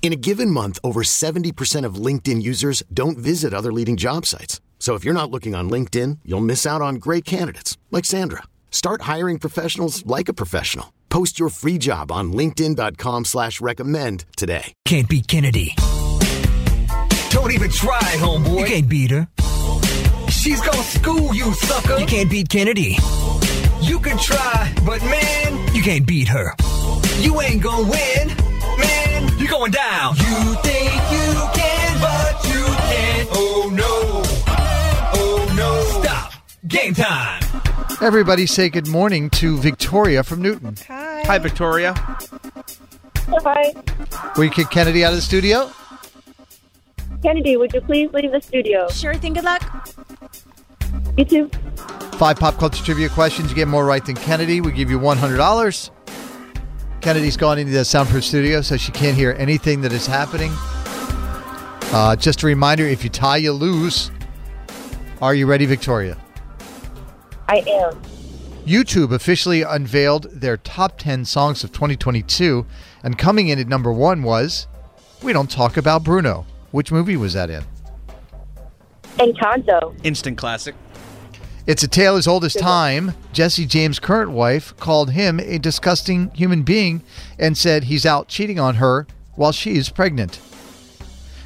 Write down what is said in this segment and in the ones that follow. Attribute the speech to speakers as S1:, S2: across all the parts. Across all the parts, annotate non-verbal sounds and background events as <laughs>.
S1: In a given month, over 70% of LinkedIn users don't visit other leading job sites. So if you're not looking on LinkedIn, you'll miss out on great candidates like Sandra. Start hiring professionals like a professional. Post your free job on linkedin.com slash recommend today.
S2: Can't beat Kennedy.
S3: Don't even try, homeboy.
S2: You can't beat her.
S3: She's gonna school you, sucker.
S2: You can't beat Kennedy.
S3: You can try, but man,
S2: You can't beat her.
S3: you ain't gonna win. Man, you're going down. You think you can, but you can't. Oh no. Oh no. Stop. Game time.
S4: Everybody say good morning to Victoria from Newton.
S5: Hi, Victoria.
S6: Hi.
S4: Will you kick Kennedy out of the studio?
S6: Kennedy, would you please leave the studio?
S7: Sure thing. Good luck.
S6: You too.
S4: Five pop culture trivia questions. You get more right than Kennedy. We give you $100. Kennedy's gone into the soundproof studio, so she can't hear anything that is happening. Uh, just a reminder if you tie, you lose. Are you ready, Victoria?
S6: I am.
S4: YouTube officially unveiled their top 10 songs of 2022, and coming in at number one was We Don't Talk About Bruno. Which movie was that in?
S6: Encanto.
S5: Instant classic.
S4: It's a tale as old as time. Jesse James' current wife called him a disgusting human being and said he's out cheating on her while she is pregnant.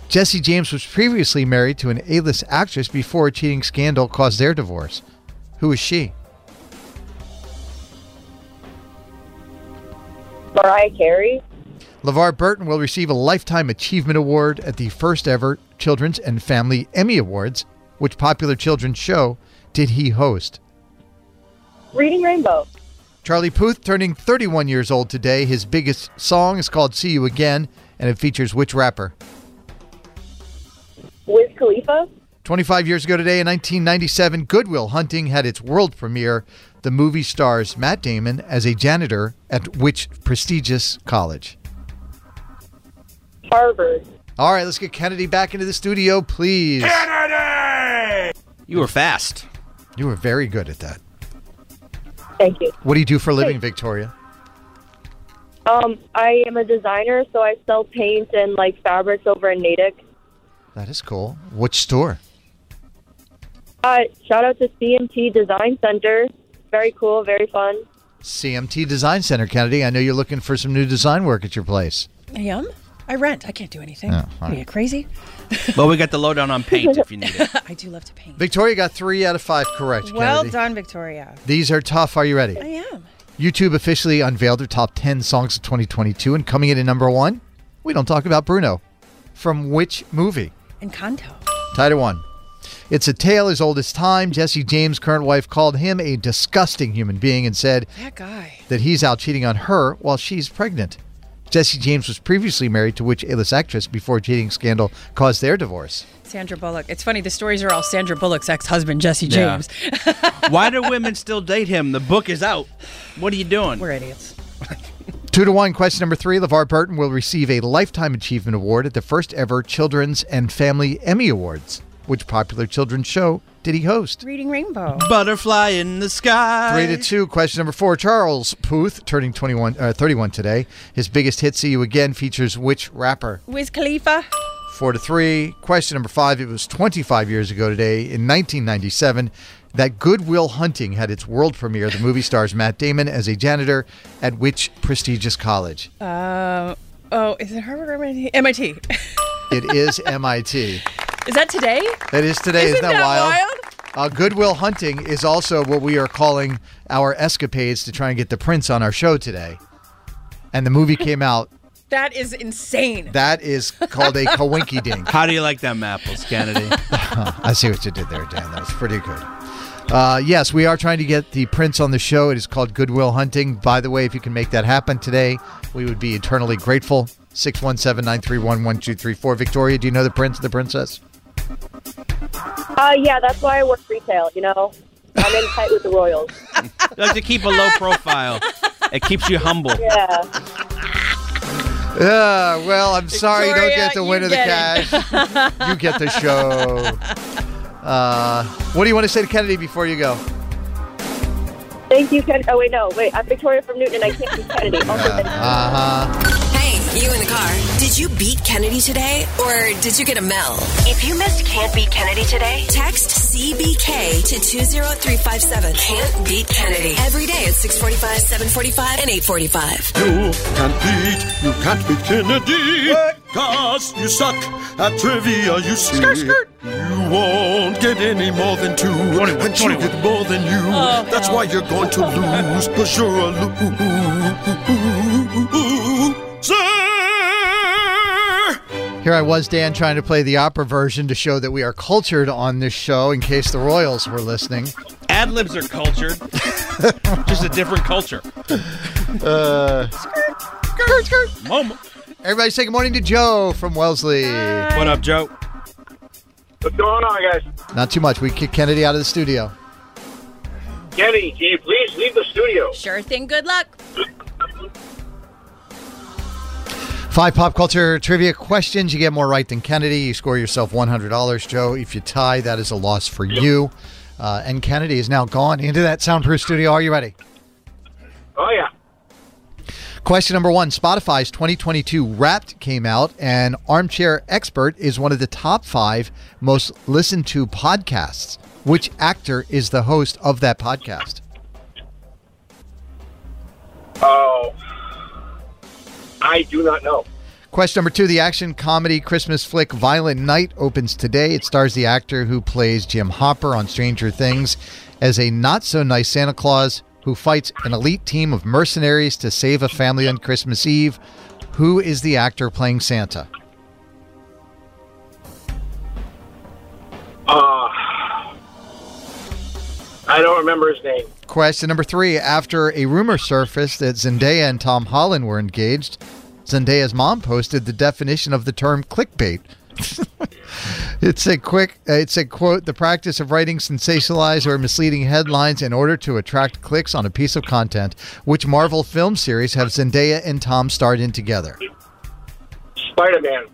S4: Jesse James was previously married to an A list actress before a cheating scandal caused their divorce. Who is she?
S6: Mariah Carey.
S4: LeVar Burton will receive a Lifetime Achievement Award at the first ever Children's and Family Emmy Awards. Which popular children's show did he host?
S6: Reading Rainbow.
S4: Charlie Puth turning 31 years old today. His biggest song is called See You Again, and it features which rapper?
S6: Wiz Khalifa.
S4: 25 years ago today in 1997, Goodwill Hunting had its world premiere. The movie stars Matt Damon as a janitor at which prestigious college?
S6: Harvard.
S4: All right, let's get Kennedy back into the studio, please.
S5: You were fast.
S4: You were very good at that.
S6: Thank you.
S4: What do you do for a living, Victoria?
S6: Um, I am a designer, so I sell paint and like fabrics over in Natick.
S4: That is cool. Which store?
S6: Uh, shout out to CMT Design Center. Very cool. Very fun.
S4: CMT Design Center, Kennedy. I know you're looking for some new design work at your place.
S7: I am. I rent. I can't do anything.
S4: Yeah, all
S7: Are you crazy?
S5: <laughs> Well, we got the lowdown on paint if you need it.
S7: <laughs> I do love to paint.
S4: Victoria got three out of five correct,
S7: well
S4: Kennedy.
S7: done, Victoria.
S4: These are tough. Are you ready?
S7: I am.
S4: YouTube officially unveiled their top 10 songs of 2022, and coming in at number one, we don't talk about Bruno. From which movie?
S7: Encanto.
S4: Title one. It's a tale as old as time. Jesse James' current wife called him a disgusting human being and said
S7: That guy.
S4: that he's out cheating on her while she's pregnant. Jesse James was previously married to which A list actress before a cheating scandal caused their divorce?
S7: Sandra Bullock. It's funny. The stories are all Sandra Bullock's ex-husband, Jesse
S5: Yeah.
S7: James.
S5: Why do women still date him? The book is out. What are you doing?
S7: We're idiots.
S4: Two to one. Question number three LeVar Burton will receive a Lifetime Achievement Award at the first ever Children's and Family Emmy Awards. Which popular children's show did he host?
S7: Reading Rainbow.
S5: Butterfly in the sky.
S4: Three to two. Question number four. Charles Puth, turning 21, uh, 31 today. His biggest hit, See You Again, features which rapper?
S7: Wiz Khalifa.
S4: Four to three. Question number five. It was 25 years ago today, in 1997, that Goodwill Hunting had its world premiere. The movie stars Matt Damon as a janitor at which prestigious college?
S7: Um. Oh, is it Harvard or MIT? MIT.
S4: It is MIT.
S7: <laughs> is that today?
S4: That is today. Isn't,
S7: Isn't that
S4: wild? Uh, Goodwill Hunting is also what we are calling our escapades to try and get the prints on our show today. and the movie came out.
S7: That is insane.
S4: That is called a <laughs> coinky dink.
S5: How do you like them apples, Kennedy?
S4: <laughs> I see what you did there, Dan. That was pretty good. Uh, yes, we are trying to get the prints on the show. It is called Goodwill Hunting. By the way, if you can make that happen today, we would be eternally grateful. 617 931 1234. Victoria, do you know the prince and the princess?
S6: Uh, yeah, that's why I work retail. You know, I'm in tight with the Royals.
S5: <laughs> You like to keep a low profile. It keeps you humble.
S6: Yeah.
S4: Uh, well, I'm sorry you don't
S7: Victoria,
S4: get the
S7: you
S4: win of the
S7: get
S4: cash.
S7: <laughs>
S4: you get the show. Uh, what do you want to say to Kennedy before you go?
S6: Thank you, Ken. Oh wait, no, wait. I'm Victoria from Newton, and I can't be
S4: <laughs>
S6: Kennedy. Also, thank you.
S8: Hey, you in the car. Did you beat Kennedy today or did you get a Mel? If you missed Can't Beat Kennedy today, text CBK to 20357. Can't Beat Kennedy. Every day at 645, 745, and 845.
S3: You can't beat, you can't beat Kennedy. Cause you suck at trivia, you see. You won't get any more than two. and you get more than you. That's why you're going to lose. Cause you're a loser.
S4: Here I was, Dan, trying to play the opera version to show that we are cultured on this show in case the Royals were listening.
S5: Ad libs are
S9: <laughs>
S5: cultured. Just a different culture. Mom.
S4: Everybody say good morning to Joe from Wellesley.
S5: What up, Joe?
S3: What's going on, guys?
S4: Not too much. We kicked Kennedy out of the studio.
S3: Kenny, can you please leave the studio?
S7: Sure thing. Good luck.
S4: Five pop culture trivia questions. You get more right than Kennedy. You score yourself $100. Joe, if you tie, that is a loss for you. Uh, and Kennedy is now gone into that soundproof studio. Are you ready?
S3: Oh, yeah.
S4: Question number one Spotify's 2022 Wrapped came out, and Armchair Expert is one of the top five most listened to podcasts. Which actor is the host of that podcast?
S3: Oh. I do not know.
S4: Question number two The action comedy Christmas flick Violent Night opens today. It stars the actor who plays Jim Hopper on Stranger Things as a not so nice Santa Claus who fights an elite team of mercenaries to save a family on Christmas Eve. Who is the actor playing Santa?
S3: Uh, I don't remember his name.
S4: Question number three. After a rumor surfaced that Zendaya and Tom Holland were engaged, Zendaya's mom posted the definition of the term clickbait. <laughs> it said quick uh, it said quote the practice of writing sensationalized or misleading headlines in order to attract clicks on a piece of content which marvel film series have zendaya and tom starred in together
S3: Spider Man.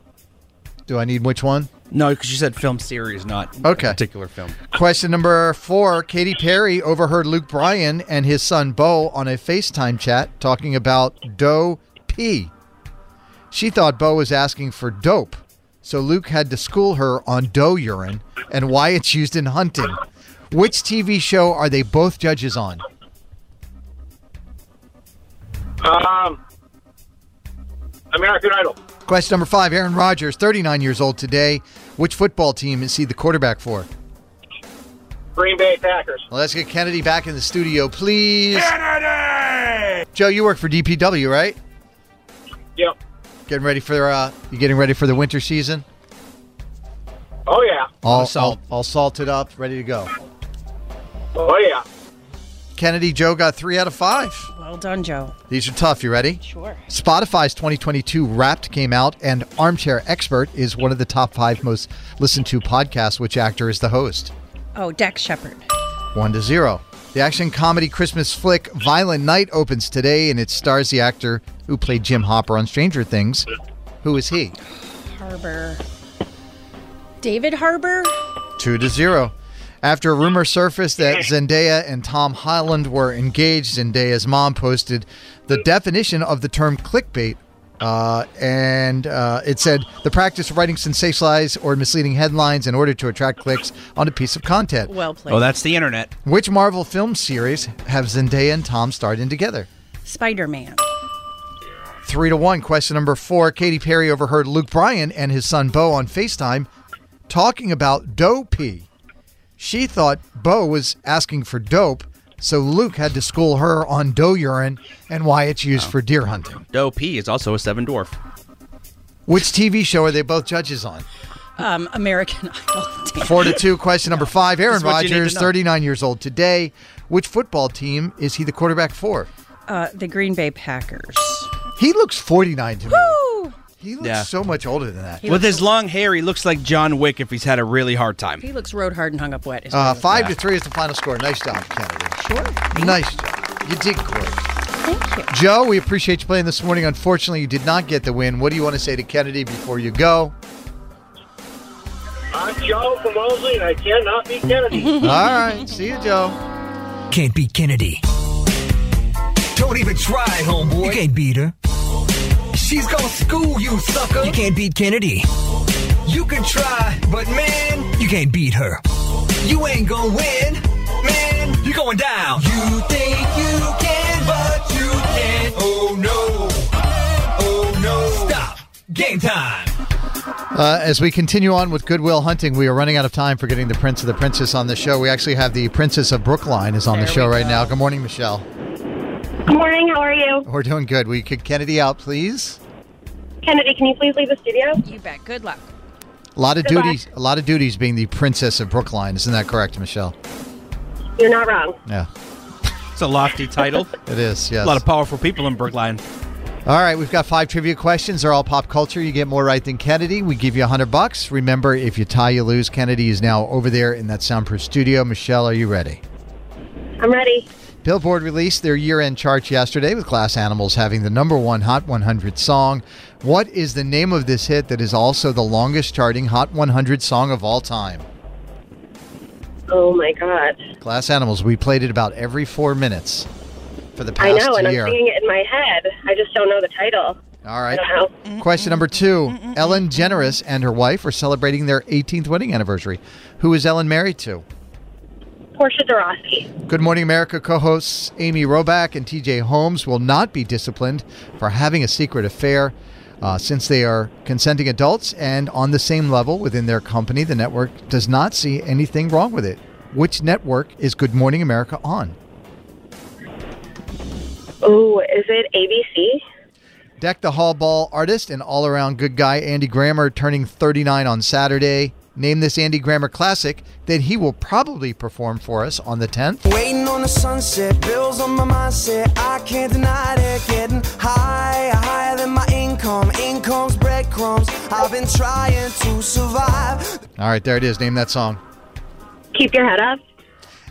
S4: do i need which one
S5: No, because you said film series, not
S4: Okay.
S5: a particular film.
S4: Question number four Katy Perry overheard Luke Bryan and his son Bo on a FaceTime chat talking about Doe P. She thought Bo was asking for dope, so Luke had to school her on doe urine and why it's used in hunting. Which TV show are they both judges on?
S3: Um, American Idol.
S4: Question number five Aaron Rodgers, 39 years old today. Which football team is he the quarterback for?
S3: Green Bay Packers.
S4: Well, let's get Kennedy back in the studio, please. Kennedy! Joe, you work for DPW, right?
S3: Yep.
S4: Getting ready for uh, you getting ready for the winter season.
S3: Oh yeah.
S4: All,
S5: salt.
S4: all, all salted up, ready to go.
S3: Oh yeah.
S4: Kennedy Joe got three out of five.
S7: Well done, Joe.
S4: These are tough. You ready?
S7: Sure.
S4: Spotify's 2022 Wrapped came out, and Armchair Expert is one of the top five most listened to podcasts. Which actor is the host?
S7: Oh, Dax Shepard.
S4: One to zero. The action comedy Christmas flick Violent Night opens today, and it stars the actor who played Jim Hopper on Stranger Things. Who is he?
S7: Harbor. David Harbor.
S4: Two to zero. After a rumor surfaced that Zendaya and Tom Holland were engaged, Zendaya's mom posted the definition of the term clickbait. Uh, and uh, it said the practice of writing sensationalized or misleading headlines in order to attract clicks on a piece of content.
S7: Well played.
S5: Oh, that's the internet.
S4: Which Marvel film series have Zendaya and Tom starred in together?
S7: Spider Man.
S4: Three to one. Question number four. Katy Perry overheard Luke Bryan and his son Bo on FaceTime talking about dopey. She thought Bo was asking for dope, So Luke had to school her on doe urine and why it's used for deer hunting.
S9: Doe P is also a seven dwarf.
S4: Which TV show are they both judges on?
S7: Um, American <laughs> Idol. Damn.
S4: Four to two. Question number five.
S7: This
S4: Aaron
S7: is what you need to
S4: Rodgers,
S7: know.
S4: 39 years old today. Which football team is he the quarterback for?
S7: Uh, the Green Bay Packers.
S4: He looks 49 to me.
S7: Woo!
S4: He looks so much older than that.
S7: He
S9: With
S7: looks-
S9: his long hair, he looks like John Wick if he's had a really hard time.
S7: He looks road hard and hung up wet. is what he
S4: Uh,
S7: looks
S4: five
S7: like.
S4: to three is the final score. Nice job, Kennedy.
S7: Sure.
S4: Nice job. You did great. Thank you. Joe, we appreciate you playing this morning. Unfortunately, you did not get the win. What do you want to say to Kennedy before you go?
S3: I'm Joe from Mosley, and I cannot be Kennedy.
S4: <laughs> All right. See you, Joe.
S8: Can't beat Kennedy. Don't even try, homeboy. You can't beat her. She's gonna school you, sucker. You can't beat Kennedy. You can try, but man, you can't beat her. You ain't gonna win, man. You're going down. You think you can, but you can't. Oh no. Oh no. Stop. Game time.
S4: Uh, as we continue on with Goodwill Hunting, we are running out of time for getting the Prince of the Princess on the show. We actually have the Princess of Brookline is on the show right now. Good morning, Michelle.
S6: Good morning. How are you?
S4: We're doing good. Will you kick Kennedy out, please?
S6: Kennedy, can you please leave the studio? You bet. Good luck.
S4: A lot of
S6: Goodbye.
S4: duties. A lot of duties being the Princess of Brookline. Isn't that correct, Michelle?
S6: You're not wrong.
S4: Yeah,
S9: It's a lofty title.
S4: it is. Yes.
S9: A lot of powerful people in Brookline.
S4: All right, we've got five trivia questions. They're all pop culture. You get more right than Kennedy. We give you a hundred bucks. Remember, if you tie, you lose. Kennedy is now over there in that soundproof studio. Michelle, are you ready?
S6: I'm ready.
S4: Billboard released their year-end chart yesterday with Glass Animals having the number one Hot 100 song. What is the name of this hit that is also the longest charting Hot 100 song of all time?
S6: Oh my god.
S4: Glass Animals. We played it about every four minutes for the
S6: I
S4: past
S6: know, and
S4: year.
S6: I'm singing it in my head. I just don't know the title.
S4: All right.
S6: I don't know.
S4: Question number two Ellen DeGeneres and her wife are celebrating their 18th wedding anniversary. Who is Ellen married to?
S6: Portia de Rossi.
S4: Good Morning America co hosts Amy Roback and TJ Holmes will not be disciplined for having a secret affair. Uh, since they are consenting adults and on the same level within their company, the network does not see anything wrong with it. Which network is Good Morning America on?
S6: Oh, is it ABC?
S4: Deck the Hall Ball artist and all around good guy Andy Grammer turning 39 on Saturday. Name this Andy Grammer classic that he will probably perform for us on the 10th.
S10: Waiting on the sunset, bills on my mindset. I can't deny it. Getting higher, higher than my income. Income's breadcrumbs. I've been trying to survive.
S4: All right, there it is. Name that song.
S6: Keep your head up.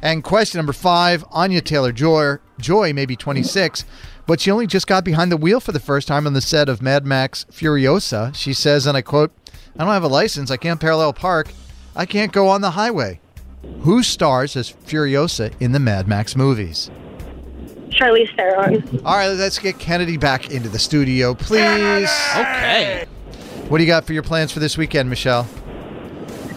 S4: And question number five Anya Taylor Joy, Joy may be 26, but she only just got behind the wheel for the first time on the set of Mad Max Furiosa. She says, and I quote, I don't have a license. I can't parallel park. I can't go on the highway. Who stars as Furiosa in the Mad Max movies?
S6: Charlize Theron.
S4: All right, let's get Kennedy back into the studio, please.
S9: Okay.
S4: What do you got for your plans for this weekend, Michelle?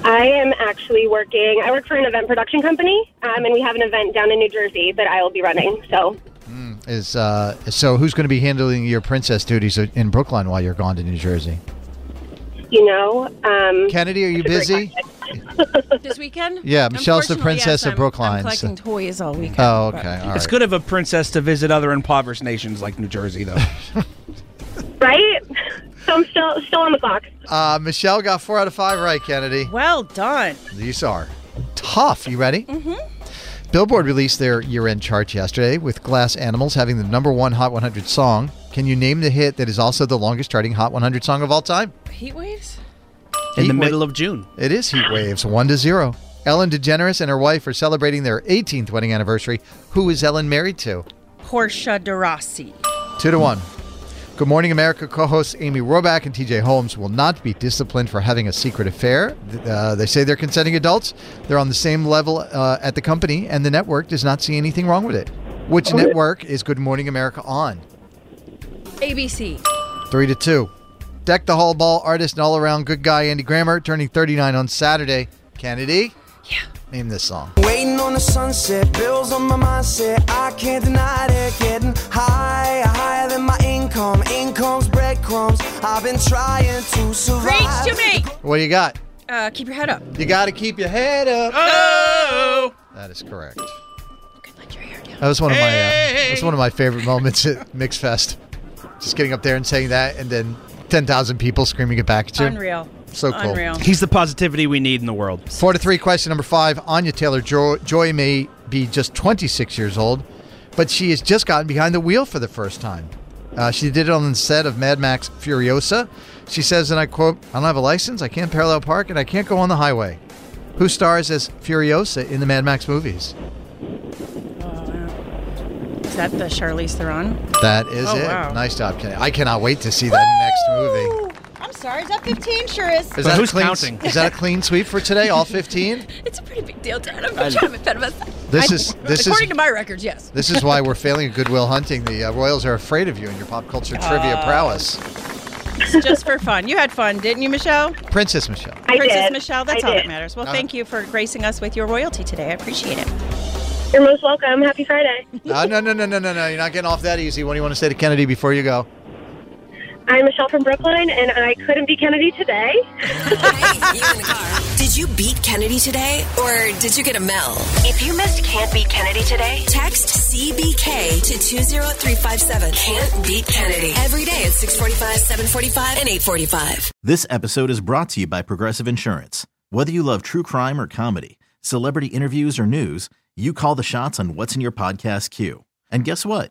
S6: I am actually working. I work for an event production company, um, and we have an event down in New Jersey that I will be running. So
S4: Is uh, so who's going to be handling your princess duties in Brookline while you're gone to New Jersey?
S6: you know. Um,
S4: Kennedy, are you
S6: that's a great
S4: busy?
S7: This weekend?
S4: <laughs> Yeah, Michelle's the
S7: Unfortunately,
S4: princess
S7: yes,
S4: of
S7: I'm-
S4: Brookline,
S7: I'm collecting toys all weekend.
S4: Oh,
S7: but-
S4: okay, all right.
S9: It's good of a princess to visit other impoverished nations like New Jersey, though.
S6: Right? <laughs> So I'm still still on the clock.
S4: Uh, Michelle got four out of five right, Kennedy.
S7: Well done.
S4: These are tough. You ready?
S7: Mhm.
S4: Billboard released their year end chart yesterday with Glass Animals having the number one Hot 100 song. Can you name the hit that is also the longest charting Hot 100 song of all time?
S7: Heat waves?
S9: In the
S4: Heat wa-
S9: middle of June.
S4: It is Heat Waves, one to zero. Ellen DeGeneres and her wife are celebrating their 18th wedding anniversary. Who is Ellen married to?
S7: Portia de Rossi.
S4: Two to one. Good Morning America co hosts Amy Roback and TJ Holmes will not be disciplined for having a secret affair. Th- Uh, they say they're consenting adults. They're on the same level uh, at the company, and the network does not see anything wrong with it. Which network is Good Morning America on?
S7: ABC.
S4: Three to two. Deck the Hall Ball artist and all around good guy Andy Grammer turning 39 on Saturday. Kennedy? Yeah. Name this song.
S10: Waiting on the sunset, bills on my mindset. I can't deny it. Getting higher, higher than my income. Income's breadcrumbs. I've been trying to survive.
S7: Preach to me.
S4: What do you got?
S7: Uh, keep your head up.
S4: You got to keep your head up.
S7: Oh!
S4: That is correct. That was one of my uh, that was one of my favorite moments at Mix Fest. Just getting up there and saying that, and then ten thousand people screaming it back at you.
S11: Unreal.
S4: So cool.
S11: Unreal.
S12: He's the positivity we need in the world.
S4: Four to three. Question number five. Anya Taylor Joy, Joy may be just 26 years old, but she has just gotten behind the wheel for the first time. Uh, she did it on the set of Mad Max Furiosa. She says, and I quote, I don't have a license, I can't parallel park, and I can't go on the highway. Who stars as Furiosa in the Mad Max movies?
S11: Is that the Charlize Theron?
S4: That is
S11: Oh,
S4: it.
S11: wow.
S4: Nice job, Kenny. I cannot wait to see that next movie.
S6: I'm sorry, is that 15? Sure is.
S4: Is that a clean, Is that a clean sweep for today? All 15?
S11: It's a pretty big deal, Dad. I'm
S4: I-
S11: not trying to offend myself.
S4: This
S11: I-
S4: is- this is-
S11: according to my records, yes.
S4: This is why we're failing at Goodwill Hunting. The uh, Royals are afraid of you and your pop culture trivia
S11: Oh.
S4: prowess.
S11: It's just for fun. You had fun, didn't you, Michelle?
S4: Princess Michelle.
S6: I
S11: Princess
S6: did.
S11: Michelle, that's
S6: I
S11: all
S6: did.
S11: that matters. Well,
S4: Got
S11: thank you for gracing us with your royalty today. I appreciate it.
S6: You're most welcome. Happy Friday.
S4: No, Uh, no, no, no, no, no, no. You're not getting off that easy. What do you want to say to Kennedy before you go?
S6: I'm Michelle from Brooklyn, and I couldn't be Kennedy today.
S3: Did you beat Kennedy today or did you get a Mel? If you missed Can't Beat Kennedy today, text CBK to 20357. Can't Beat <laughs> Kennedy. Every day at 645, 745, and 845.
S9: This episode is brought to you by Progressive Insurance. Whether you love true crime or comedy, celebrity interviews or news, you call the shots on what's in your podcast queue. And guess what?